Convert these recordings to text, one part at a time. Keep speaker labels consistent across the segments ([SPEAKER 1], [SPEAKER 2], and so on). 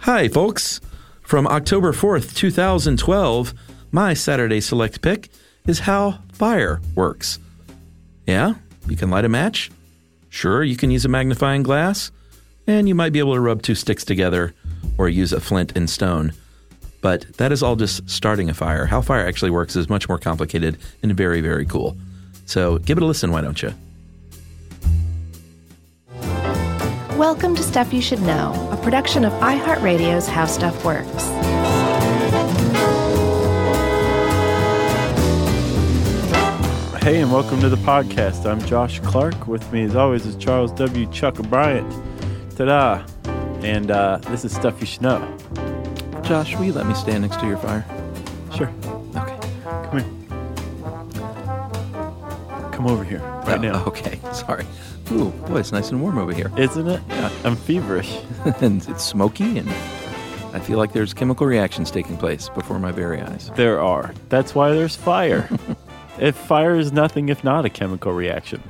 [SPEAKER 1] Hi, folks. From October 4th, 2012, my Saturday Select pick is How Fire Works. Yeah, you can light a match. Sure, you can use a magnifying glass. And you might be able to rub two sticks together or use a flint and stone. But that is all just starting a fire. How fire actually works is much more complicated and very, very cool. So give it a listen, why don't you?
[SPEAKER 2] Welcome to Stuff You Should Know, a production of iHeartRadio's How Stuff Works.
[SPEAKER 3] Hey, and welcome to the podcast. I'm Josh Clark. With me, as always, is Charles W. Chuck Bryant. Ta da! And uh, this is Stuff You Should Know.
[SPEAKER 1] Josh, will you let me stand next to your fire?
[SPEAKER 3] Sure.
[SPEAKER 1] Okay.
[SPEAKER 3] Come here. Come over here
[SPEAKER 1] Oh,
[SPEAKER 3] right now.
[SPEAKER 1] Okay, sorry. Ooh, boy, it's nice and warm over here.
[SPEAKER 3] Isn't it? I'm feverish.
[SPEAKER 1] and it's smoky, and I feel like there's chemical reactions taking place before my very eyes.
[SPEAKER 3] There are. That's why there's fire. if fire is nothing if not a chemical reaction.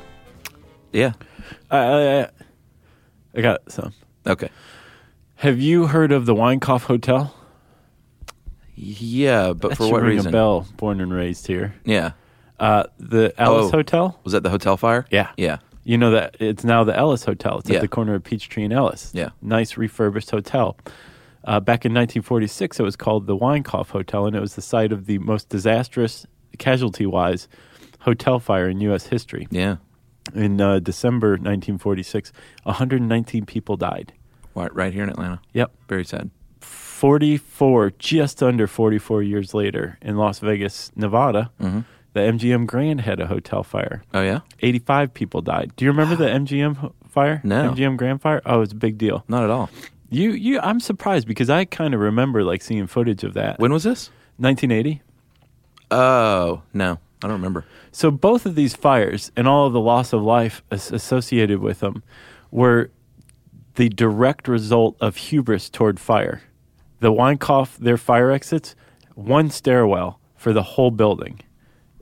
[SPEAKER 1] Yeah.
[SPEAKER 3] I, I, I- I got some.
[SPEAKER 1] Okay.
[SPEAKER 3] Have you heard of the Weinkauf Hotel?
[SPEAKER 1] Yeah, but
[SPEAKER 3] That
[SPEAKER 1] for
[SPEAKER 3] should
[SPEAKER 1] what
[SPEAKER 3] ring
[SPEAKER 1] reason?
[SPEAKER 3] A bell. Born and raised here.
[SPEAKER 1] Yeah.
[SPEAKER 3] Uh, the Alice
[SPEAKER 1] Oh.
[SPEAKER 3] Hotel.
[SPEAKER 1] Was that the hotel fire?
[SPEAKER 3] Yeah.
[SPEAKER 1] Yeah.
[SPEAKER 3] You know that it's now the Ellis Hotel. It's
[SPEAKER 1] Yeah.
[SPEAKER 3] at the corner of Peachtree and Ellis.
[SPEAKER 1] Yeah.
[SPEAKER 3] Nice refurbished hotel. Uh, back in 1946, it was called the Weinkauf Hotel, and it was the site of the most disastrous, casualty wise, hotel fire in U.S. history.
[SPEAKER 1] Yeah.
[SPEAKER 3] In uh, December 1946, 119 people died.
[SPEAKER 1] Right, right here in Atlanta.
[SPEAKER 3] Yep.
[SPEAKER 1] Very sad.
[SPEAKER 3] 44, just under 44 years later, in Las Vegas, Nevada,
[SPEAKER 1] Mm-hmm.
[SPEAKER 3] the MGM Grand had a hotel fire.
[SPEAKER 1] Oh, yeah?
[SPEAKER 3] 85 people died. Do you remember the MGM ho- fire?
[SPEAKER 1] No.
[SPEAKER 3] MGM Grand Fire? Oh, it's a big deal.
[SPEAKER 1] Not at all.
[SPEAKER 3] You you I'm surprised because I kind of remember like seeing footage of that.
[SPEAKER 1] When was this?
[SPEAKER 3] 1980.
[SPEAKER 1] Oh, no. I don't remember.
[SPEAKER 3] So both of these fires and all of the loss of life as- associated with them were the direct result of hubris toward fire. The Weinkauf their fire exits, one stairwell for the whole building.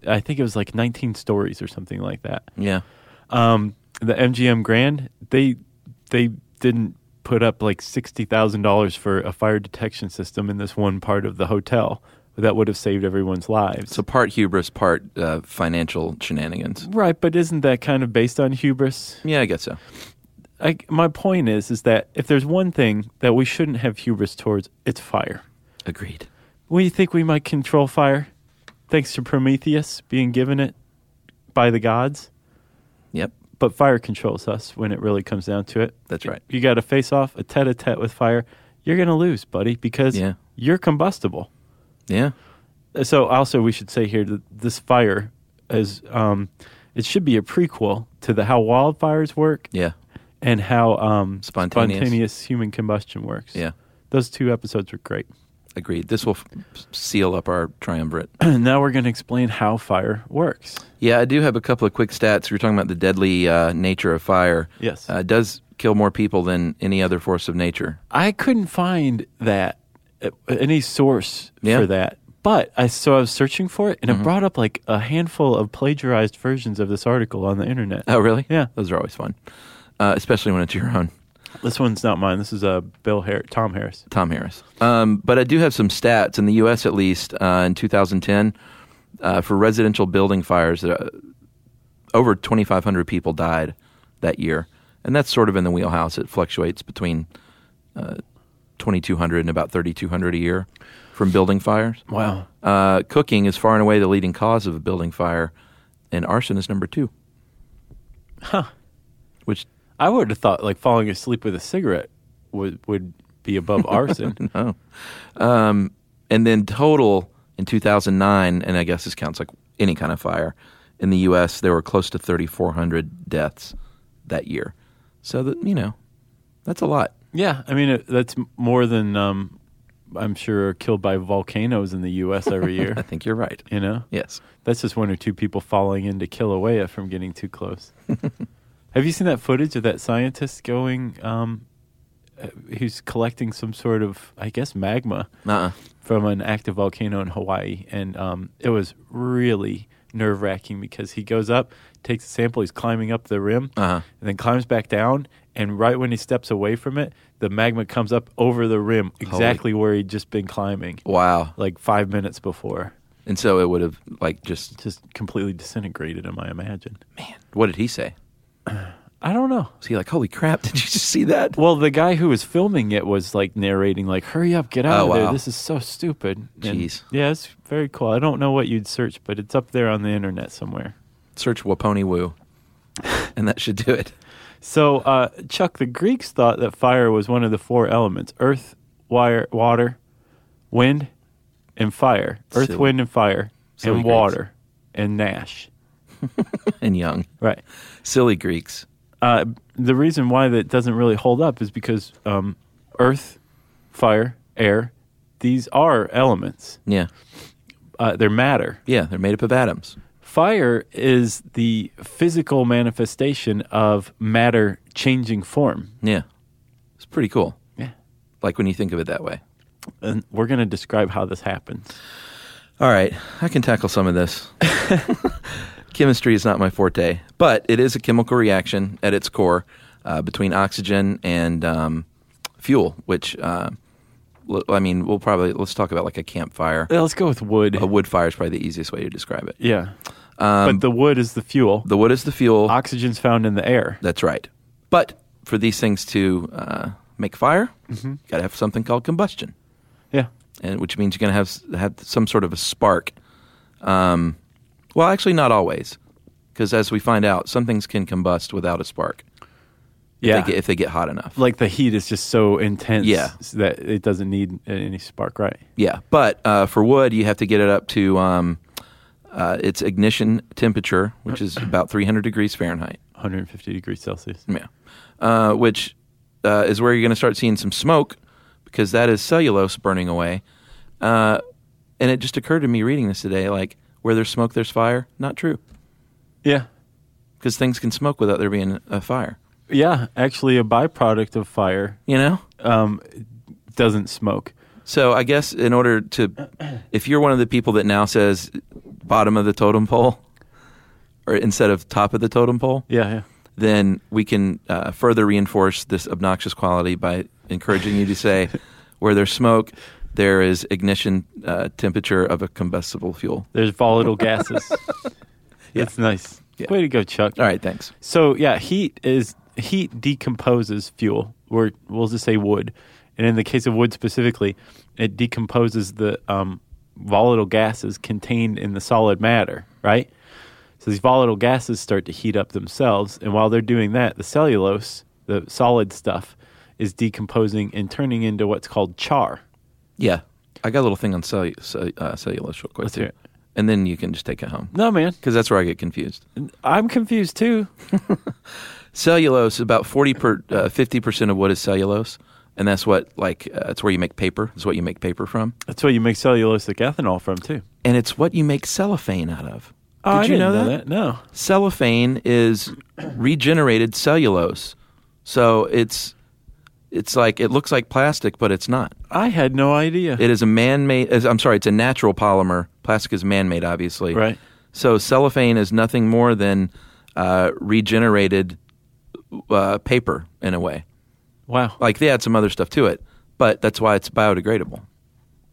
[SPEAKER 3] I think it was like 19 stories or something like that.
[SPEAKER 1] Yeah.
[SPEAKER 3] um, the MGM Grand, they they didn't put up like sixty thousand dollars for a fire detection system in this one part of the hotel that would have saved everyone's lives.
[SPEAKER 1] So part hubris, part uh, financial shenanigans.
[SPEAKER 3] right, but isn't that kind of based on hubris?
[SPEAKER 1] Yeah, I guess so.
[SPEAKER 3] I, my point is, is that if there's one thing that we shouldn't have hubris towards, it's fire.
[SPEAKER 1] Agreed.
[SPEAKER 3] We think we might control fire, thanks to Prometheus being given it by the gods.
[SPEAKER 1] Yep.
[SPEAKER 3] but fire controls us when it really comes down to it.
[SPEAKER 1] That's right.
[SPEAKER 3] You got to face off a tete a tete with fire. You're going to lose, buddy, because
[SPEAKER 1] Yeah.
[SPEAKER 3] you're combustible. Uh,
[SPEAKER 1] Yeah.
[SPEAKER 3] So, also, we should say here that this fire is, um, it should be a prequel to the how wildfires work
[SPEAKER 1] Yeah.
[SPEAKER 3] and how um,
[SPEAKER 1] Spontaneous.
[SPEAKER 3] spontaneous human combustion works.
[SPEAKER 1] Yeah.
[SPEAKER 3] Those two episodes were great.
[SPEAKER 1] Agreed. This will f- seal up our triumvirate.
[SPEAKER 3] now we're going to explain how fire works.
[SPEAKER 1] Yeah, I do have a couple of quick stats. We were talking about the deadly uh, nature of fire.
[SPEAKER 3] Yes.
[SPEAKER 1] Uh, it does kill more people than any other force of nature.
[SPEAKER 3] I couldn't find that uh, any source
[SPEAKER 1] Yeah.
[SPEAKER 3] for that. But I so I was searching for it, and it brought up like a handful of plagiarized versions of this article on the internet.
[SPEAKER 1] Oh, really?
[SPEAKER 3] Yeah.
[SPEAKER 1] Those are always fun, uh, especially when it's your own.
[SPEAKER 3] This one's not mine. This is uh, Bill Har- Tom Harris.
[SPEAKER 1] Tom Harris. Um, but I do have some stats in the U.S. at least uh, in 2010 uh, for residential building fires. Uh, over 2,500 people died that year, and that's sort of in the wheelhouse. It fluctuates between uh, 2,200 and about 3,200 a year from building fires.
[SPEAKER 3] Wow.
[SPEAKER 1] Uh, cooking is far and away the leading cause of a building fire, and arson is number two. Huh. Which
[SPEAKER 3] I would have thought like falling asleep with a cigarette would would be above arson.
[SPEAKER 1] Oh. Um, and then total in 2009, and I guess this counts like any kind of fire, in the U.S., there were close to 3,400 deaths that year. So, that, you know, that's a lot.
[SPEAKER 3] yeah, I mean it, that's m- more than um, I'm sure are killed by volcanoes in the U.S. every
[SPEAKER 1] I
[SPEAKER 3] year.
[SPEAKER 1] think you're right.
[SPEAKER 3] you know.
[SPEAKER 1] Yes.
[SPEAKER 3] That's just one or two people falling in to Kilauea from getting too close. Have you seen that footage of that scientist going, um, uh, who's collecting some sort of, I guess, magma
[SPEAKER 1] Uh-uh.
[SPEAKER 3] from an active volcano in Hawaii? And um, it was really nerve wracking because he goes up, takes a sample, he's climbing up the rim,
[SPEAKER 1] Uh-huh.
[SPEAKER 3] and then climbs back down and right when he steps away from it, the magma comes up over the rim exactly where he'd just been climbing,
[SPEAKER 1] Wow.
[SPEAKER 3] like five minutes before.
[SPEAKER 1] And so it would have like just
[SPEAKER 3] Just completely disintegrated him, I imagine.
[SPEAKER 1] what did he say?
[SPEAKER 3] I don't know.
[SPEAKER 1] Was he like, "Holy crap! Did you just see that?"
[SPEAKER 3] Well, the guy who was filming it was like narrating, like, "Hurry up, get out
[SPEAKER 1] Oh,
[SPEAKER 3] of there!
[SPEAKER 1] wow.
[SPEAKER 3] This is so stupid." And-
[SPEAKER 1] Jeez.
[SPEAKER 3] yeah, it's very cool. I don't know what you'd search, but it's up there on the internet somewhere.
[SPEAKER 1] Search Waponi Woo, and that should do it.
[SPEAKER 3] So, uh, Chuck, the Greeks thought that fire was one of the four elements: earth, wire, water, wind, and fire. Earth,
[SPEAKER 1] Silly.
[SPEAKER 3] wind, and fire,
[SPEAKER 1] Silly
[SPEAKER 3] and
[SPEAKER 1] Greeks.
[SPEAKER 3] water, and Nash.
[SPEAKER 1] And young,
[SPEAKER 3] Right.
[SPEAKER 1] silly Greeks.
[SPEAKER 3] uh, the reason why that doesn't really hold up is because um, earth, fire, air, these are elements.
[SPEAKER 1] Yeah,
[SPEAKER 3] Uh, they're matter.
[SPEAKER 1] yeah, they're made up of atoms.
[SPEAKER 3] Fire is the physical manifestation of matter changing form.
[SPEAKER 1] Yeah, it's pretty cool.
[SPEAKER 3] Yeah.
[SPEAKER 1] Like when you think of it that way.
[SPEAKER 3] And we're going to describe how this happens.
[SPEAKER 1] All right, I can tackle some of this. Chemistry is not my forte, but it is a chemical reaction at its core uh, between oxygen and um, fuel. Which, uh, l- I mean, we'll probably let's talk about like a campfire.
[SPEAKER 3] Yeah, Uh, Let's go with wood. Um,
[SPEAKER 1] A wood fire is probably the easiest way to describe it.
[SPEAKER 3] yeah. but the wood is the fuel.
[SPEAKER 1] The wood is the fuel.
[SPEAKER 3] Oxygen's found in the air.
[SPEAKER 1] That's right. But for these things to uh, make fire,
[SPEAKER 3] Mm-hmm.
[SPEAKER 1] you got to have something called combustion,
[SPEAKER 3] Yeah.
[SPEAKER 1] and which means you're going to have s- have some sort of a spark. Um, well, actually, not always, because as we find out, some things can combust without a spark if
[SPEAKER 3] Yeah.
[SPEAKER 1] they get, if they get hot enough.
[SPEAKER 3] like the heat is just so intense
[SPEAKER 1] Yeah.
[SPEAKER 3] that it doesn't need any spark, right?
[SPEAKER 1] Yeah, but uh, for wood, you have to get it up to um, uh, its ignition temperature, which is about 300 degrees Fahrenheit.
[SPEAKER 3] 150 degrees Celsius.
[SPEAKER 1] Yeah. Uh, which uh, is where you're going to start seeing some smoke because that is cellulose burning away. Uh, and it just occurred to me reading this today like, where there's smoke, there's fire. Not true
[SPEAKER 3] Yeah.
[SPEAKER 1] because things can smoke without there being a fire,
[SPEAKER 3] Yeah. Actually, a byproduct of fire
[SPEAKER 1] you know?
[SPEAKER 3] um, doesn't smoke.
[SPEAKER 1] So I guess in order to, if you're one of the people that now says bottom of the totem pole or instead of top of the totem pole,
[SPEAKER 3] Yeah. Yeah.
[SPEAKER 1] then we can uh, further reinforce this obnoxious quality by encouraging you to say, where there's smoke, there is ignition uh, temperature of a combustible fuel.
[SPEAKER 3] There's volatile gases. It's nice.
[SPEAKER 1] Yeah.
[SPEAKER 3] Way to go, Chuck.
[SPEAKER 1] All right, thanks.
[SPEAKER 3] So yeah, heat is heat decomposes fuel, or we'll just say wood. And in the case of wood specifically, it decomposes the um, volatile gases contained in the solid matter, right? So these volatile gases start to heat up themselves, and while they're doing that, the cellulose, the solid stuff, is decomposing and turning into what's called char.
[SPEAKER 1] Yeah, I got a little thing on cellu- cell- uh, cellulose real quick.
[SPEAKER 3] Let's
[SPEAKER 1] too.
[SPEAKER 3] hear it.
[SPEAKER 1] And then you can just take it home
[SPEAKER 3] No, man,
[SPEAKER 1] because that's where I get confused.
[SPEAKER 3] I'm confused too.
[SPEAKER 1] Cellulose, about 40 per, uh, 50% of what is cellulose. And that's what, like, uh, it's where you make paper. It's what you make paper from.
[SPEAKER 3] That's where you make cellulosic ethanol from too.
[SPEAKER 1] And it's what you make cellophane out of.
[SPEAKER 3] Oh,
[SPEAKER 1] Did
[SPEAKER 3] I
[SPEAKER 1] you
[SPEAKER 3] didn't
[SPEAKER 1] know that?
[SPEAKER 3] No.
[SPEAKER 1] cellophane is regenerated cellulose. So it's it's like it looks like plastic, but it's not.
[SPEAKER 3] I had no idea.
[SPEAKER 1] It is a man-made. is- I'm sorry, it's a natural polymer. Plastic is man-made, obviously.
[SPEAKER 3] Right.
[SPEAKER 1] So cellophane is nothing more than uh, regenerated uh, paper in a way.
[SPEAKER 3] wow.
[SPEAKER 1] Like they add some other stuff to it, but that's why it's biodegradable.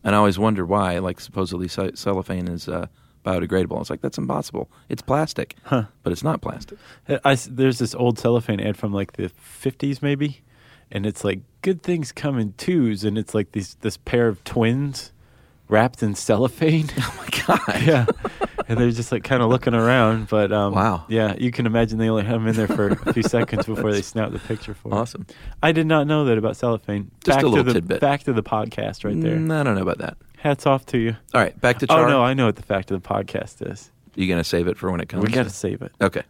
[SPEAKER 1] And I always wonder why, like supposedly ce- cellophane is uh, biodegradable. It's like that's impossible. It's plastic, but it's not plastic.
[SPEAKER 3] I s there's this old cellophane ad from like the 50s, maybe, and it's like good things come in twos, and it's like these this pair of twins wrapped in cellophane.
[SPEAKER 1] Oh my god.
[SPEAKER 3] yeah, and they're just like kind of looking around, but um,
[SPEAKER 1] Wow.
[SPEAKER 3] yeah, you can imagine they only had them in there for a few seconds before they snapped the picture for it.
[SPEAKER 1] Awesome.
[SPEAKER 3] I did not know that about cellophane.
[SPEAKER 1] Just a
[SPEAKER 3] back
[SPEAKER 1] little
[SPEAKER 3] to the,
[SPEAKER 1] tidbit.
[SPEAKER 3] Back to the podcast right there.
[SPEAKER 1] Mm, I don't know about that.
[SPEAKER 3] Hats off to you.
[SPEAKER 1] All right, back to char.
[SPEAKER 3] Oh no, I know what the fact of the podcast is.
[SPEAKER 1] you gonna save it for when it comes?
[SPEAKER 3] We got to save it.
[SPEAKER 1] Okay.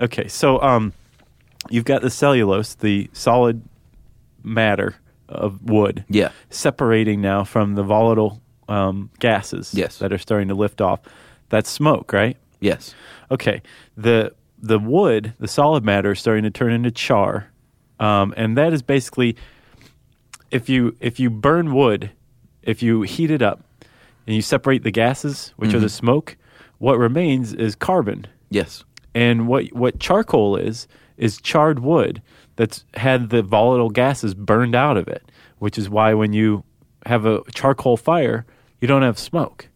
[SPEAKER 3] Okay, so um, you've got the cellulose, the solid matter of wood,
[SPEAKER 1] Yeah.
[SPEAKER 3] separating now from the volatile um, gases
[SPEAKER 1] Yes.
[SPEAKER 3] that are starting to lift off. That's smoke, right?
[SPEAKER 1] Yes.
[SPEAKER 3] Okay. The the wood, the solid matter, is starting to turn into char, um, and that is basically if you if you burn wood, if you heat it up, and you separate the gases, which are the
[SPEAKER 1] Mm-hmm.
[SPEAKER 3] smoke, what remains is carbon.
[SPEAKER 1] Yes.
[SPEAKER 3] And what what charcoal is is charred wood that's had the volatile gases burned out of it, which is why when you have a charcoal fire, you don't have smoke.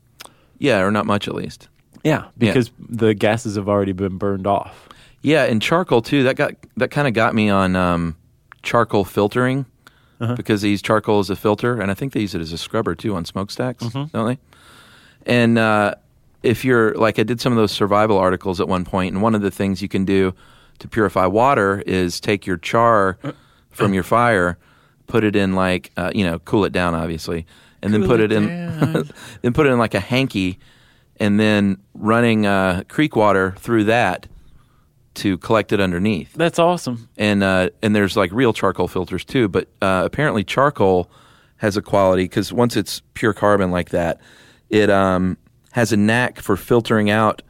[SPEAKER 1] Yeah, or not much at least.
[SPEAKER 3] Yeah, because the gases have already been burned off.
[SPEAKER 1] Yeah, and charcoal too. That got that kind of got me on um, charcoal filtering because they use charcoal as a filter, and I think they use it as a scrubber too on smokestacks, don't they? And uh, if you're like, I did some of those survival articles at one point, and one of the things you can do to purify water is take your char from your fire, put it in like uh, you know, cool it down obviously, and then put it, in, then put it in like a hanky, and then running uh, creek water through that to collect it underneath
[SPEAKER 3] That's awesome.
[SPEAKER 1] and uh, and there's like real charcoal filters too. But uh, apparently, charcoal has a quality because once it's pure carbon like that, it um, has a knack for filtering out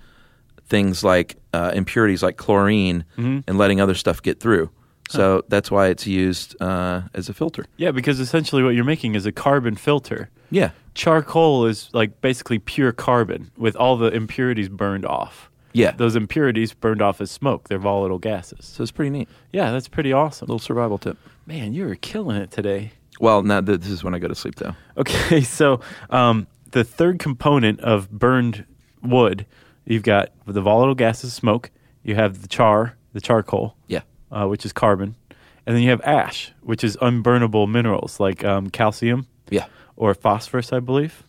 [SPEAKER 1] things like uh, impurities like chlorine and letting other stuff get through. So that's why it's used uh, as a filter.
[SPEAKER 3] Yeah, because essentially what you're making is a carbon filter.
[SPEAKER 1] Yeah,
[SPEAKER 3] Charcoal is like basically pure carbon with all the impurities burned off.
[SPEAKER 1] yeah.
[SPEAKER 3] Those impurities burned off as smoke. They're volatile gases.
[SPEAKER 1] so it's pretty neat.
[SPEAKER 3] Yeah, that's pretty awesome.
[SPEAKER 1] Little survival tip.
[SPEAKER 3] Man, you were killing it today.
[SPEAKER 1] Well, now th- this is when I go to sleep though.
[SPEAKER 3] Okay, so um, the third component of burned wood, you've got the volatile gases, smoke. You have the char, the charcoal,
[SPEAKER 1] Yeah.
[SPEAKER 3] uh, which is carbon, and then you have ash, which is unburnable minerals like um, calcium
[SPEAKER 1] Yeah.
[SPEAKER 3] or phosphorus, I believe.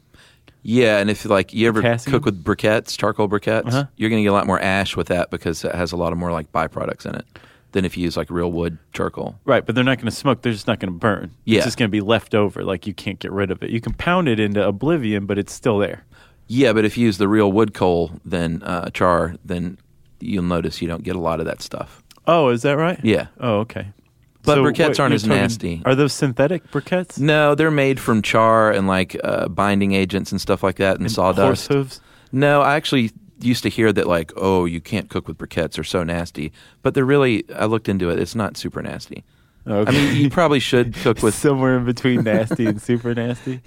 [SPEAKER 1] Yeah, and if like you ever
[SPEAKER 3] Potassium?
[SPEAKER 1] cook with briquettes, charcoal briquettes,
[SPEAKER 3] Uh-huh.
[SPEAKER 1] you're going to get a lot more ash with that because it has a lot of more like byproducts in it than if you use like real wood charcoal.
[SPEAKER 3] Right, but they're not going to smoke. They're just not going to burn.
[SPEAKER 1] Yeah.
[SPEAKER 3] It's just going to be left over. Like you can't get rid of it. You can pound it into oblivion, but it's still there.
[SPEAKER 1] Yeah, but if you use the real wood coal, then uh, char, then you'll notice you don't get a lot of that stuff.
[SPEAKER 3] Oh, is that right?
[SPEAKER 1] Yeah.
[SPEAKER 3] Oh, okay.
[SPEAKER 1] But briquettes aren't
[SPEAKER 3] you're
[SPEAKER 1] as
[SPEAKER 3] talking-
[SPEAKER 1] nasty.
[SPEAKER 3] Are those synthetic briquettes?
[SPEAKER 1] No, they're made from char and like uh, binding agents and stuff like that and,
[SPEAKER 3] Horse
[SPEAKER 1] sawdust.
[SPEAKER 3] hooves?
[SPEAKER 1] No, I actually used to hear that like, oh, you can't cook with briquettes; they're so nasty. But they're really, I looked into it; it's not super nasty.
[SPEAKER 3] Okay.
[SPEAKER 1] I mean, you probably should cook with
[SPEAKER 3] somewhere in between nasty and super nasty.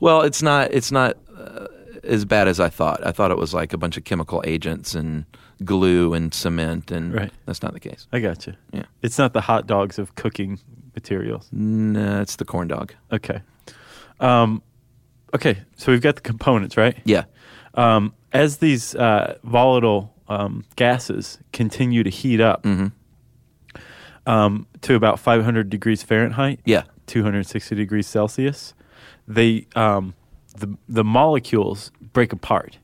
[SPEAKER 1] Well, it's not. It's not uh, as bad as I thought. I thought it was like a bunch of chemical agents and glue and cement, and
[SPEAKER 3] Right.
[SPEAKER 1] that's not the case.
[SPEAKER 3] I got you.
[SPEAKER 1] Yeah.
[SPEAKER 3] It's not the hot dogs of cooking materials.
[SPEAKER 1] No, it's the corn dog.
[SPEAKER 3] Okay. Um, okay. So we've got the components, right?
[SPEAKER 1] Yeah,
[SPEAKER 3] Um, as these uh, volatile um, gases continue to heat up
[SPEAKER 1] Mm-hmm.
[SPEAKER 3] um, to about 500 degrees Fahrenheit,
[SPEAKER 1] yeah,
[SPEAKER 3] 260 degrees Celsius, they um, the the molecules break apart,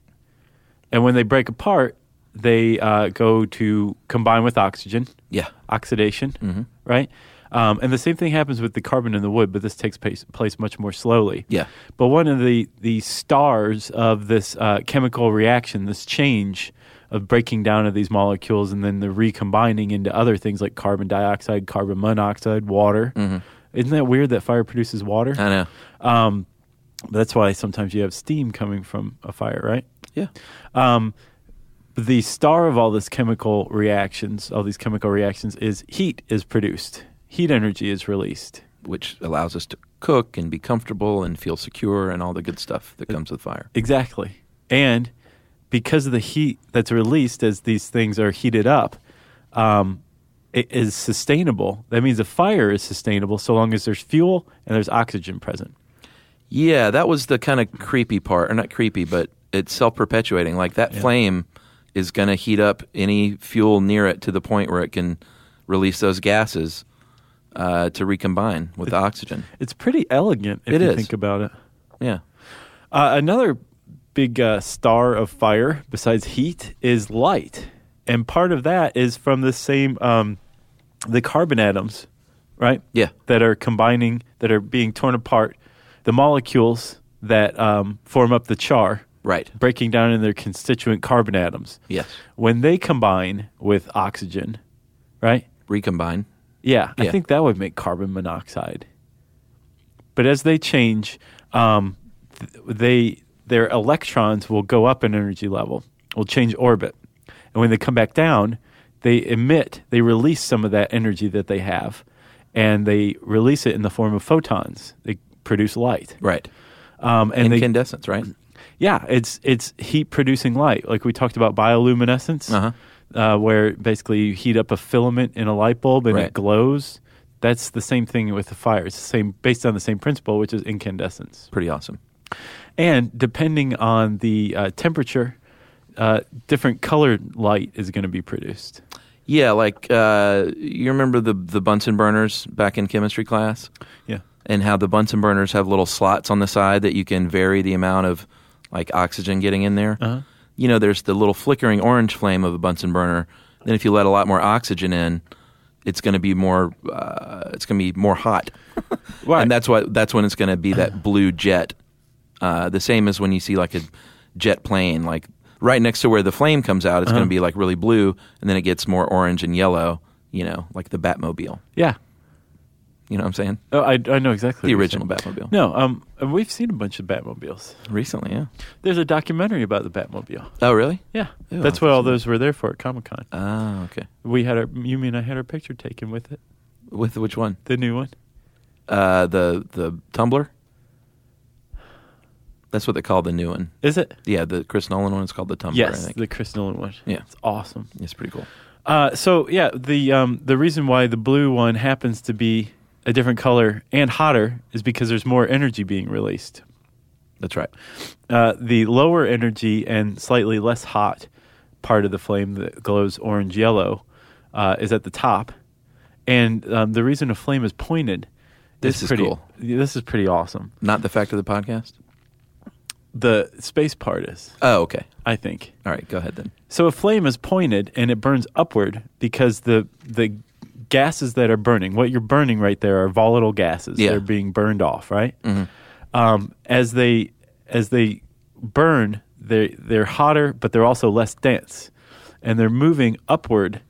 [SPEAKER 3] and when they break apart, they uh, go to combine with oxygen,
[SPEAKER 1] yeah,
[SPEAKER 3] oxidation, right? Um, and the same thing happens with the carbon in the wood, but this takes place, place much more slowly.
[SPEAKER 1] Yeah.
[SPEAKER 3] But one of the the stars of this uh, chemical reaction, this change of breaking down of these molecules and then the recombining into other things like carbon dioxide, carbon monoxide, water. Isn't that weird that fire produces water?
[SPEAKER 1] I know.
[SPEAKER 3] But that's why sometimes you have steam coming from a fire, right?
[SPEAKER 1] Yeah,
[SPEAKER 3] the star of all this chemical reactions, all these chemical reactions, is heat is produced. Heat energy is released.
[SPEAKER 1] which allows us to cook and be comfortable and feel secure and all the good stuff that comes with fire.
[SPEAKER 3] Exactly. And because of the heat that's released as these things are heated up, um, it is sustainable. That means a fire is sustainable so long as there's fuel and there's oxygen present.
[SPEAKER 1] Yeah, that was the kind of creepy part, or not creepy, but it's self perpetuating. Like that flame is going to heat up any fuel near it to the point where it can release those gases uh, to recombine with the oxygen.
[SPEAKER 3] It's pretty elegant if
[SPEAKER 1] It
[SPEAKER 3] you
[SPEAKER 1] is.
[SPEAKER 3] think about it.
[SPEAKER 1] Yeah.
[SPEAKER 3] Uh, another big uh, star of fire, besides heat, is light, and part of that is from the same um, the carbon atoms, right?
[SPEAKER 1] Yeah.
[SPEAKER 3] That are combining, that are being torn apart, the molecules that um, form up the char,
[SPEAKER 1] Right.
[SPEAKER 3] breaking down into their constituent carbon atoms.
[SPEAKER 1] Yes.
[SPEAKER 3] When they combine with oxygen, right?
[SPEAKER 1] Recombine.
[SPEAKER 3] Yeah, I
[SPEAKER 1] Yeah.
[SPEAKER 3] think that would make carbon monoxide. But as they change, um, th- they their electrons will go up in energy level, will change orbit, and when they come back down, they emit, they release some of that energy that they have, and they release it in the form of photons. They produce light,
[SPEAKER 1] Right.
[SPEAKER 3] um, and they
[SPEAKER 1] Incandescence, right?
[SPEAKER 3] yeah, it's it's heat producing light. Like we talked about bioluminescence,
[SPEAKER 1] Uh-huh.
[SPEAKER 3] uh, where basically you heat up a filament in a light bulb and
[SPEAKER 1] Right.
[SPEAKER 3] it glows. That's the same thing with the fire. It's the same based on the same principle, which is incandescence.
[SPEAKER 1] Pretty awesome.
[SPEAKER 3] And depending on the uh, temperature, uh, different colored light is going to be produced.
[SPEAKER 1] Yeah, like uh, you remember the the Bunsen burners back in chemistry class,
[SPEAKER 3] Yeah.
[SPEAKER 1] and how the Bunsen burners have little slots on the side that you can vary the amount of like oxygen getting in there.
[SPEAKER 3] Uh-huh.
[SPEAKER 1] You know, there's the little flickering orange flame of a Bunsen burner. Then if you let a lot more oxygen in, it's going to be more uh, it's going to be more hot.
[SPEAKER 3] Right.
[SPEAKER 1] And that's why that's when it's going to be that blue jet. Uh, the same as when you see like a jet plane, like right next to where the flame comes out, it's
[SPEAKER 3] Uh-huh.
[SPEAKER 1] going to be like really blue, and then it gets more orange and yellow. You know, like the Batmobile.
[SPEAKER 3] Yeah.
[SPEAKER 1] You know what I'm saying?
[SPEAKER 3] Oh, I, I know
[SPEAKER 1] The
[SPEAKER 3] exactly. what you're
[SPEAKER 1] original
[SPEAKER 3] saying.
[SPEAKER 1] Batmobile.
[SPEAKER 3] No, um, and we've seen a bunch of Batmobiles.
[SPEAKER 1] Recently, yeah.
[SPEAKER 3] There's a documentary about the Batmobile.
[SPEAKER 1] Oh, really?
[SPEAKER 3] Yeah,
[SPEAKER 1] Ew,
[SPEAKER 3] that's
[SPEAKER 1] I've
[SPEAKER 3] what all
[SPEAKER 1] seen that.
[SPEAKER 3] those were there for at Comic Con.
[SPEAKER 1] Oh, okay.
[SPEAKER 3] We had our you mean I had our picture taken with it,
[SPEAKER 1] With which one?
[SPEAKER 3] the new one.
[SPEAKER 1] Uh, the the Tumblr. That's what they call the new one.
[SPEAKER 3] Is it?
[SPEAKER 1] Yeah, the Chris Nolan one is called the Tumblr. I
[SPEAKER 3] yes,
[SPEAKER 1] think.
[SPEAKER 3] the Chris Nolan one.
[SPEAKER 1] Yeah.
[SPEAKER 3] it's awesome.
[SPEAKER 1] it's pretty cool.
[SPEAKER 3] Uh, so yeah, the um, the reason why the blue one happens to be a different color and hotter is because there's more energy being released.
[SPEAKER 1] That's right.
[SPEAKER 3] Uh, the lower energy and slightly less hot part of the flame that glows orange yellow uh, is at the top, and um, the reason a flame is pointed.
[SPEAKER 1] This is
[SPEAKER 3] pretty,
[SPEAKER 1] cool.
[SPEAKER 3] This is pretty awesome.
[SPEAKER 1] Not the fact of the podcast.
[SPEAKER 3] The space part is,
[SPEAKER 1] Oh, okay.
[SPEAKER 3] I think.
[SPEAKER 1] All right, go ahead then.
[SPEAKER 3] So a flame is pointed and it burns upward because the the gases that are burning, what you're burning right there are volatile gases.
[SPEAKER 1] Yeah. Mm-hmm.
[SPEAKER 3] They're being burned off, right? Um, as they as they burn, they they're hotter, but they're also less dense, and they're moving upward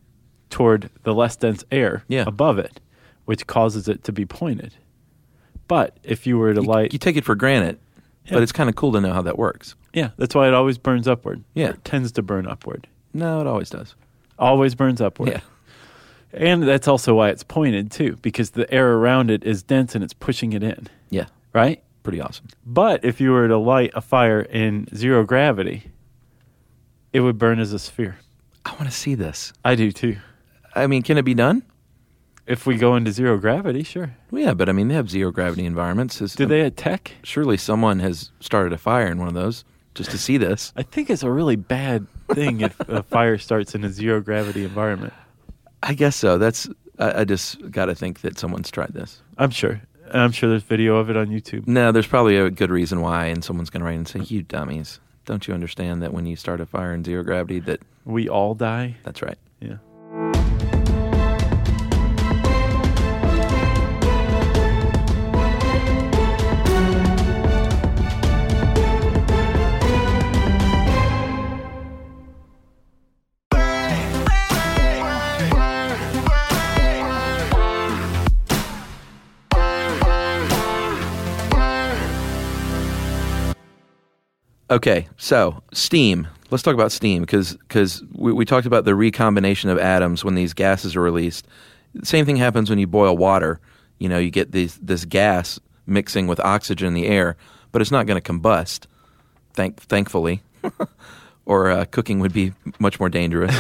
[SPEAKER 3] toward the less dense air
[SPEAKER 1] Yeah.
[SPEAKER 3] above it, which causes it to be pointed. But if you were to
[SPEAKER 1] You,
[SPEAKER 3] light,
[SPEAKER 1] you take it for granted,
[SPEAKER 3] Yeah.
[SPEAKER 1] but it's kind of cool to know how that works.
[SPEAKER 3] yeah, that's why it always burns upward.
[SPEAKER 1] Yeah.
[SPEAKER 3] or it tends to burn upward.
[SPEAKER 1] No, it always does.
[SPEAKER 3] Always burns upward.
[SPEAKER 1] Yeah.
[SPEAKER 3] And that's also why it's pointed too, because the air around it is dense and it's pushing it in,
[SPEAKER 1] Yeah.
[SPEAKER 3] right?
[SPEAKER 1] Pretty awesome.
[SPEAKER 3] But if you were to light a fire in zero gravity, it would burn as a sphere.
[SPEAKER 1] I want to see this.
[SPEAKER 3] I do too.
[SPEAKER 1] I mean, can it be done?
[SPEAKER 3] If we go into zero gravity, sure.
[SPEAKER 1] Well, yeah, but I mean, they have zero gravity environments. It's-
[SPEAKER 3] Do they attack?
[SPEAKER 1] Surely someone has started a fire in one of those just to see this.
[SPEAKER 3] I think it's a really bad thing if a fire starts in a zero gravity environment.
[SPEAKER 1] I guess so. That's. I, I just got to think that someone's tried this.
[SPEAKER 3] I'm sure. And I'm sure there's video of it on YouTube.
[SPEAKER 1] No, there's probably a good reason why, and someone's going to write and say, "You dummies! Don't you understand that when you start a fire in zero gravity, that
[SPEAKER 3] We all die.
[SPEAKER 1] that's right."
[SPEAKER 3] Yeah.
[SPEAKER 1] Okay, so steam. Let's talk about steam because we, we talked about the recombination of atoms when these gases are released. Same thing happens when you boil water. You know, you get these, this gas mixing with oxygen in the air, but it's not going to combust, thank, thankfully, or uh, cooking would be much more dangerous.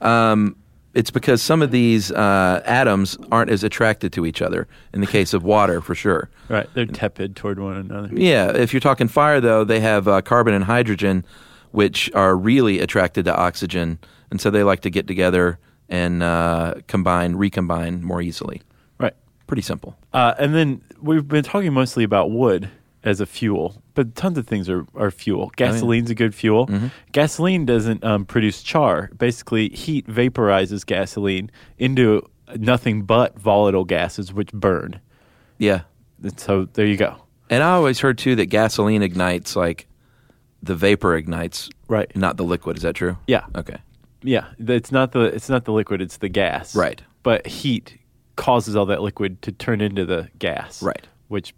[SPEAKER 1] um, it's because some of these uh, atoms aren't as attracted to each other. In the case of water, for sure.
[SPEAKER 3] Right. They're tepid toward one another.
[SPEAKER 1] Yeah, if you're talking fire, though, they have uh, carbon and hydrogen, which are really attracted to oxygen, and so they like to get together and uh, combine, recombine more easily.
[SPEAKER 3] Right.
[SPEAKER 1] Pretty simple.
[SPEAKER 3] Uh, and then we've been talking mostly about wood as a fuel, but tons of things are, are fuel. Gasoline's a good fuel. Gasoline doesn't um, produce char. Basically, heat vaporizes gasoline into nothing but volatile gases, which burn.
[SPEAKER 1] Yeah,
[SPEAKER 3] And so there you go.
[SPEAKER 1] and I always heard too that gasoline ignites like the vapor ignites,
[SPEAKER 3] Right.
[SPEAKER 1] Not the liquid. Is that true?
[SPEAKER 3] Yeah.
[SPEAKER 1] Okay.
[SPEAKER 3] Yeah. It's not the it's not the liquid. It's the gas.
[SPEAKER 1] Right.
[SPEAKER 3] But heat causes all that liquid to turn into the gas.
[SPEAKER 1] Right.
[SPEAKER 3] Which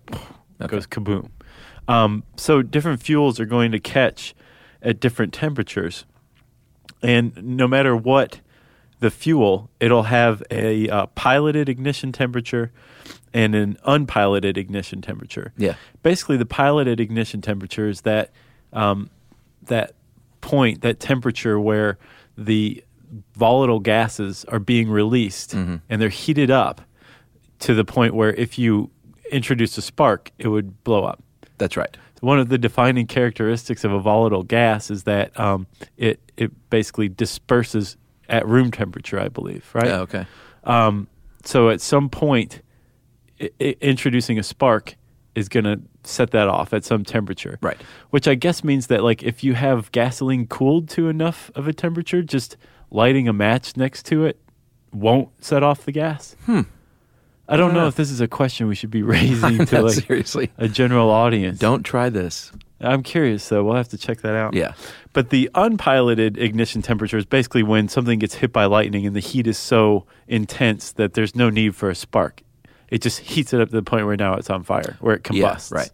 [SPEAKER 1] Okay.
[SPEAKER 3] goes kaboom. Um, so different fuels are going to catch at different temperatures, and no matter what the fuel, it'll have a uh, piloted ignition temperature and an unpiloted ignition temperature.
[SPEAKER 1] Yeah.
[SPEAKER 3] Basically, the piloted ignition temperature is that um, that point, that temperature where the volatile gases are being released and they're heated up to the point where if you introduce a spark, it would blow up.
[SPEAKER 1] That's right.
[SPEAKER 3] One of the defining characteristics of a volatile gas is that um, it it basically disperses at room temperature, I believe, right?
[SPEAKER 1] Yeah, okay.
[SPEAKER 3] So at some point, i i introducing a spark is going to set that off at some temperature,
[SPEAKER 1] Right.
[SPEAKER 3] Which I guess means that like if you have gasoline cooled to enough of a temperature, just lighting a match next to it won't set off the gas. Hmm. I don't know if this is a question we should be raising to
[SPEAKER 1] No,
[SPEAKER 3] like
[SPEAKER 1] seriously.
[SPEAKER 3] a general audience.
[SPEAKER 1] Don't try this.
[SPEAKER 3] I'm curious though. We'll have to check that out.
[SPEAKER 1] Yeah.
[SPEAKER 3] But the unpiloted ignition temperature is basically when something gets hit by lightning and the heat is so intense that there's no need for a spark. It just heats it up to the point where now it's on fire, where it
[SPEAKER 1] Yeah,
[SPEAKER 3] combusts.
[SPEAKER 1] right.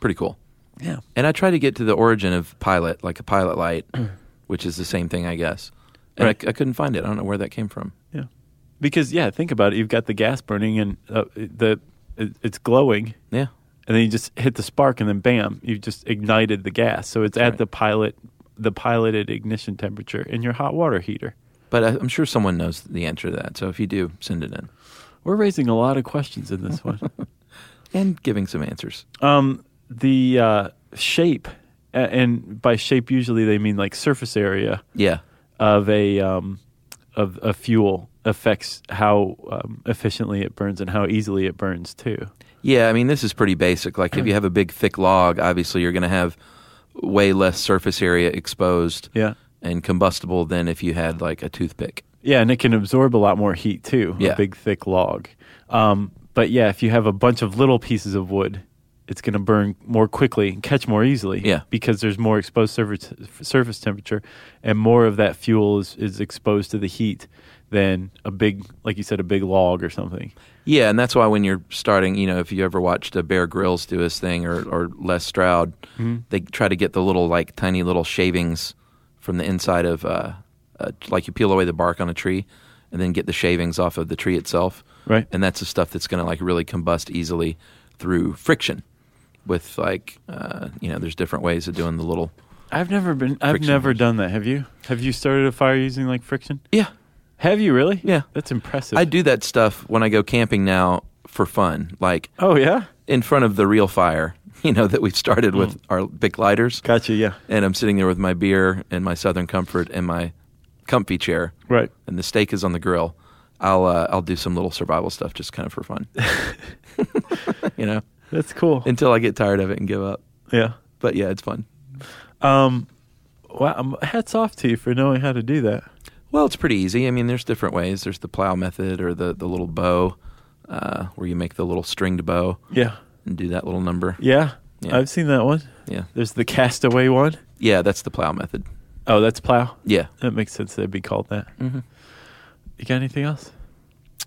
[SPEAKER 1] Pretty cool.
[SPEAKER 3] Yeah.
[SPEAKER 1] And I try to get to the origin of pilot, like a pilot light, which is the same thing, I guess. And
[SPEAKER 3] Mm. Right.
[SPEAKER 1] I, I couldn't find it. I don't know where that came from.
[SPEAKER 3] Yeah. Because yeah, think about it. You've got the gas burning and uh, the it, it's glowing,
[SPEAKER 1] Yeah.
[SPEAKER 3] and then you just hit the spark, and then bam, you've just ignited the gas. So it's at
[SPEAKER 1] right.
[SPEAKER 3] the pilot, the piloted ignition temperature in your hot water heater.
[SPEAKER 1] But I, I'm sure someone knows the answer to that. So if you do, send it in.
[SPEAKER 3] We're raising a lot of questions in this one.
[SPEAKER 1] And giving some answers.
[SPEAKER 3] Um, the uh, shape, a- and by shape usually they mean like surface area
[SPEAKER 1] Yeah.
[SPEAKER 3] of a um, of a fuel affects how um, efficiently it burns and how easily it burns too.
[SPEAKER 1] Yeah, I mean, this is pretty basic. Like,
[SPEAKER 3] Mm.
[SPEAKER 1] if you have a big, thick log, obviously you're going to have way less surface area exposed
[SPEAKER 3] Yeah,
[SPEAKER 1] and combustible than if you had like a toothpick.
[SPEAKER 3] yeah, and it can absorb a lot more heat too.
[SPEAKER 1] Yeah.
[SPEAKER 3] a big thick log. Um, but yeah, if you have a bunch of little pieces of wood. It's going to burn more quickly and catch more easily,
[SPEAKER 1] Yeah.
[SPEAKER 3] because there's more exposed surface surface temperature, and more of that fuel is, is exposed to the heat than a big, like you said, a big log or something.
[SPEAKER 1] Yeah, and that's why when you're starting, you know, if you ever watched a Bear Grylls do his thing or, or Les Stroud, they try to get the little, like, tiny little shavings from the inside of, uh, uh, like, you peel away the bark on a tree and then get the shavings off of the tree itself.
[SPEAKER 3] Right.
[SPEAKER 1] And that's the stuff that's going to, like, really combust easily through friction with, like, uh, you know, there's different ways of doing the little.
[SPEAKER 3] I've never been. I've
[SPEAKER 1] Friction
[SPEAKER 3] never
[SPEAKER 1] fires.
[SPEAKER 3] done that. Have you? Have you started a fire using like friction?
[SPEAKER 1] Yeah.
[SPEAKER 3] Have you really?
[SPEAKER 1] Yeah.
[SPEAKER 3] That's impressive.
[SPEAKER 1] I do that stuff when I go camping now for fun. Like,
[SPEAKER 3] Oh yeah.
[SPEAKER 1] in front of the real fire, you know, that we've started with our big lighters.
[SPEAKER 3] Gotcha. Yeah.
[SPEAKER 1] And I'm sitting there with my beer and my Southern Comfort and my comfy chair,
[SPEAKER 3] Right.
[SPEAKER 1] and the steak is on the grill. I'll uh, I'll do some little survival stuff just kind of for fun, you know,
[SPEAKER 3] That's cool.
[SPEAKER 1] until I get tired of it and give up.
[SPEAKER 3] yeah.
[SPEAKER 1] But yeah, it's fun.
[SPEAKER 3] Um. Wow. um, Hats off to you for knowing how to do that.
[SPEAKER 1] Well, it's pretty easy. I mean, there's different ways. There's the plow method or the the little bow, uh, where you make the little stringed bow
[SPEAKER 3] Yeah.
[SPEAKER 1] and do that little number.
[SPEAKER 3] Yeah.
[SPEAKER 1] Yeah.
[SPEAKER 3] I've seen that one.
[SPEAKER 1] Yeah,
[SPEAKER 3] There's the castaway one.
[SPEAKER 1] yeah, that's the plow method.
[SPEAKER 3] Oh, that's plow. Mm.
[SPEAKER 1] Yeah,
[SPEAKER 3] That makes sense. They'd be called that.
[SPEAKER 1] Mhm.
[SPEAKER 3] You got anything else?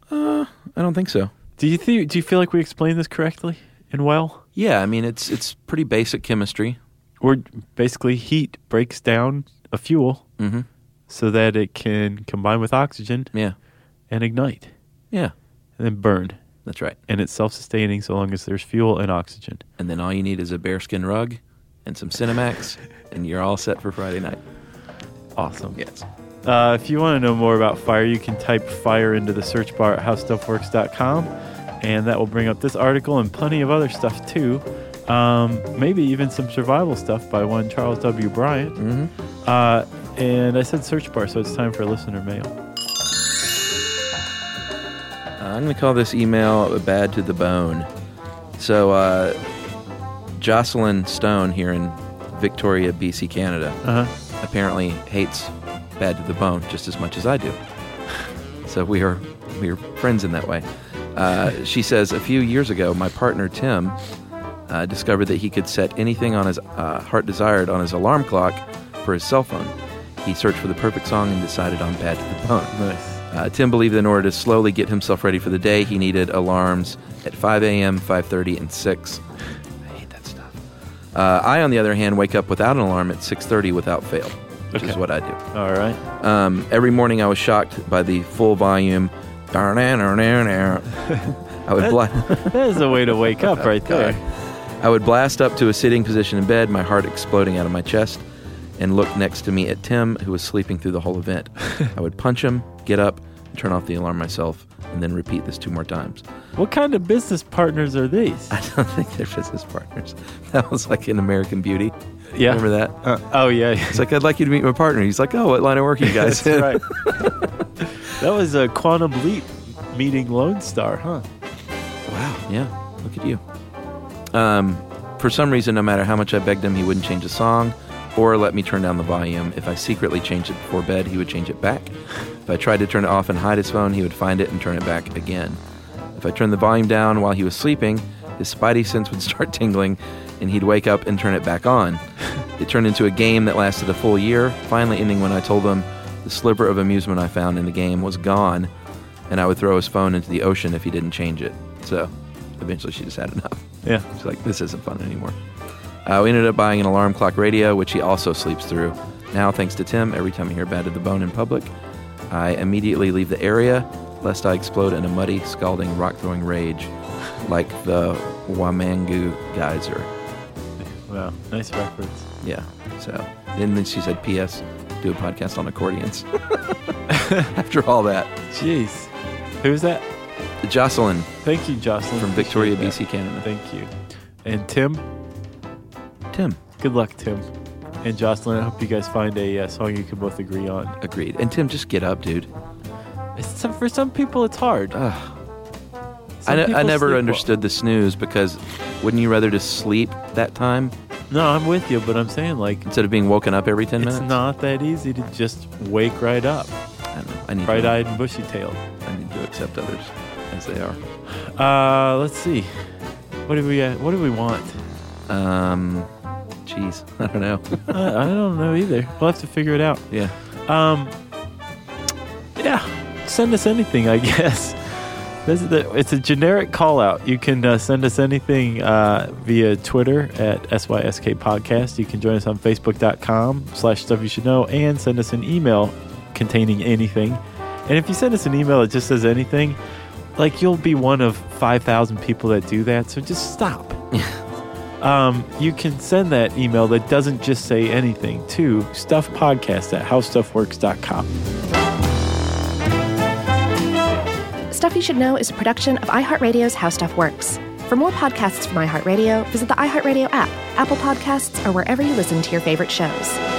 [SPEAKER 1] uh, I don't think so.
[SPEAKER 3] Do you think? Do you feel like we explained this correctly and well?
[SPEAKER 1] Yeah, I mean it's it's pretty basic chemistry.
[SPEAKER 3] Or basically, heat breaks down a fuel
[SPEAKER 1] Mm-hmm.
[SPEAKER 3] so that it can combine with oxygen
[SPEAKER 1] Yeah,
[SPEAKER 3] and ignite
[SPEAKER 1] yeah,
[SPEAKER 3] and then burn.
[SPEAKER 1] that's right.
[SPEAKER 3] And it's self sustaining so long as there's fuel and oxygen.
[SPEAKER 1] And then all you need is a bearskin rug and some Cinemax, and you're all set for Friday night.
[SPEAKER 3] Awesome.
[SPEAKER 1] Yes.
[SPEAKER 3] Uh, if you want to know more about fire, you can type fire into the search bar at howstuffworks.com, and that will bring up this article and plenty of other stuff too. Um, maybe even some survival stuff by one Charles W. Bryant. Uh, and I said search bar, so it's time for listener mail.
[SPEAKER 1] Uh, I'm going to call this email a bad to the bone. So, uh, Jocelyn Stone here in Victoria, BC, Canada,
[SPEAKER 3] Uh huh.
[SPEAKER 1] apparently hates Bad to the Bone just as much as I do. so we are we are friends in that way. Uh, she says a few years ago, my partner Tim uh, discovered that he could set anything on his uh, heart desired on his alarm clock for his cell phone. He searched for the perfect song and decided on Bad to the Bone.
[SPEAKER 3] Oh, Nice.
[SPEAKER 1] Uh, Tim believed that in order to slowly get himself ready for the day, he needed alarms at 5 a.m., 5:30, and 6. I hate that stuff. Uh, I, on the other hand, wake up without an alarm at 6:30 without fail, which is
[SPEAKER 3] Okay.
[SPEAKER 1] what I do.
[SPEAKER 3] All right.
[SPEAKER 1] Um, every morning, I was shocked by the full volume. I would bla-
[SPEAKER 3] That is a way to wake up right there.
[SPEAKER 1] I would blast up to a sitting position in bed, my heart exploding out of my chest, and look next to me at Tim, who was sleeping through the whole event. I would punch him, get up, turn off the alarm myself, and then repeat this two more times.
[SPEAKER 3] What kind of business partners are these?
[SPEAKER 1] I don't think they're business partners. That was like in American Beauty.
[SPEAKER 3] Yeah.
[SPEAKER 1] Remember that?
[SPEAKER 3] oh yeah, yeah.
[SPEAKER 1] It's like, I'd like you to meet my partner. He's like, oh, what line of work are you guys
[SPEAKER 3] That's
[SPEAKER 1] in?
[SPEAKER 3] right. that was a quantum leap meeting Lone Star, huh?
[SPEAKER 1] Yeah, look at you. Um, for some reason, no matter how much I begged him, he wouldn't change the song or let me turn down the volume. If I secretly changed it before bed, he would change it back. If I tried to turn it off and hide his phone, he would find it and turn it back again. If I turned the volume down while he was sleeping, his spidey sense would start tingling and he'd wake up and turn it back on. It turned into a game that lasted a full year, finally ending when I told him the sliver of amusement I found in the game was gone and I would throw his phone into the ocean if he didn't change it. So eventually she just had enough.
[SPEAKER 3] Yeah.
[SPEAKER 1] She's like, this isn't fun anymore. Uh, we ended up buying an alarm clock radio, which he also sleeps through. Now, thanks to Tim, every time I hear Bad to the Bone in public, I immediately leave the area lest I explode in a muddy, scalding, rock throwing rage like the Wamangu geyser.
[SPEAKER 3] Wow, nice reference.
[SPEAKER 1] Yeah. So, and then she said, P.S., do a podcast on accordions. After all that,
[SPEAKER 3] Jeez, who's that?
[SPEAKER 1] Jocelyn
[SPEAKER 3] Thank you, Jocelyn,
[SPEAKER 1] from Victoria,
[SPEAKER 3] Appreciate
[SPEAKER 1] B.C., Canada.
[SPEAKER 3] that. Thank you, and Tim.
[SPEAKER 1] Tim.
[SPEAKER 3] Good luck, Tim, and Jocelyn. I hope you guys find a uh, song you can both agree on.
[SPEAKER 1] Agreed. And Tim, just get up, dude.
[SPEAKER 3] It's, some- for some people, it's hard.
[SPEAKER 1] Ugh. I,
[SPEAKER 3] Some
[SPEAKER 1] ne- I
[SPEAKER 3] people
[SPEAKER 1] never
[SPEAKER 3] sleepwalk.
[SPEAKER 1] understood the snooze because wouldn't you rather just sleep that time
[SPEAKER 3] No, I'm with you, but I'm saying like
[SPEAKER 1] instead of being woken up every 10
[SPEAKER 3] it's
[SPEAKER 1] minutes?
[SPEAKER 3] not that easy to just wake right up,
[SPEAKER 1] I don't know. I need,
[SPEAKER 3] bright
[SPEAKER 1] to,
[SPEAKER 3] eyed and bushy tailed.
[SPEAKER 1] I need to accept others as they are.
[SPEAKER 3] Uh, let's see. What do we uh, What do we want?
[SPEAKER 1] Um, jeez, I don't know.
[SPEAKER 3] I, I don't know either. We'll have to figure it out.
[SPEAKER 1] yeah.
[SPEAKER 3] Um, yeah, send us anything, I guess. This is the, it's a generic call out. You can uh, send us anything uh, via Twitter at SYSK Podcast. You can join us on Facebook.com slash Stuff You Should Know and send us an email containing anything. And if you send us an email that just says anything, like you'll be one of 5,000 people that do that. So just stop. Um, you can send that email that doesn't just say anything to stuffpodcast at howstuffworks.com.
[SPEAKER 2] Stuff You Should Know is a production of iHeartRadio's How Stuff Works. For more podcasts from iHeartRadio, visit the iHeartRadio app, Apple Podcasts, or wherever you listen to your favorite shows.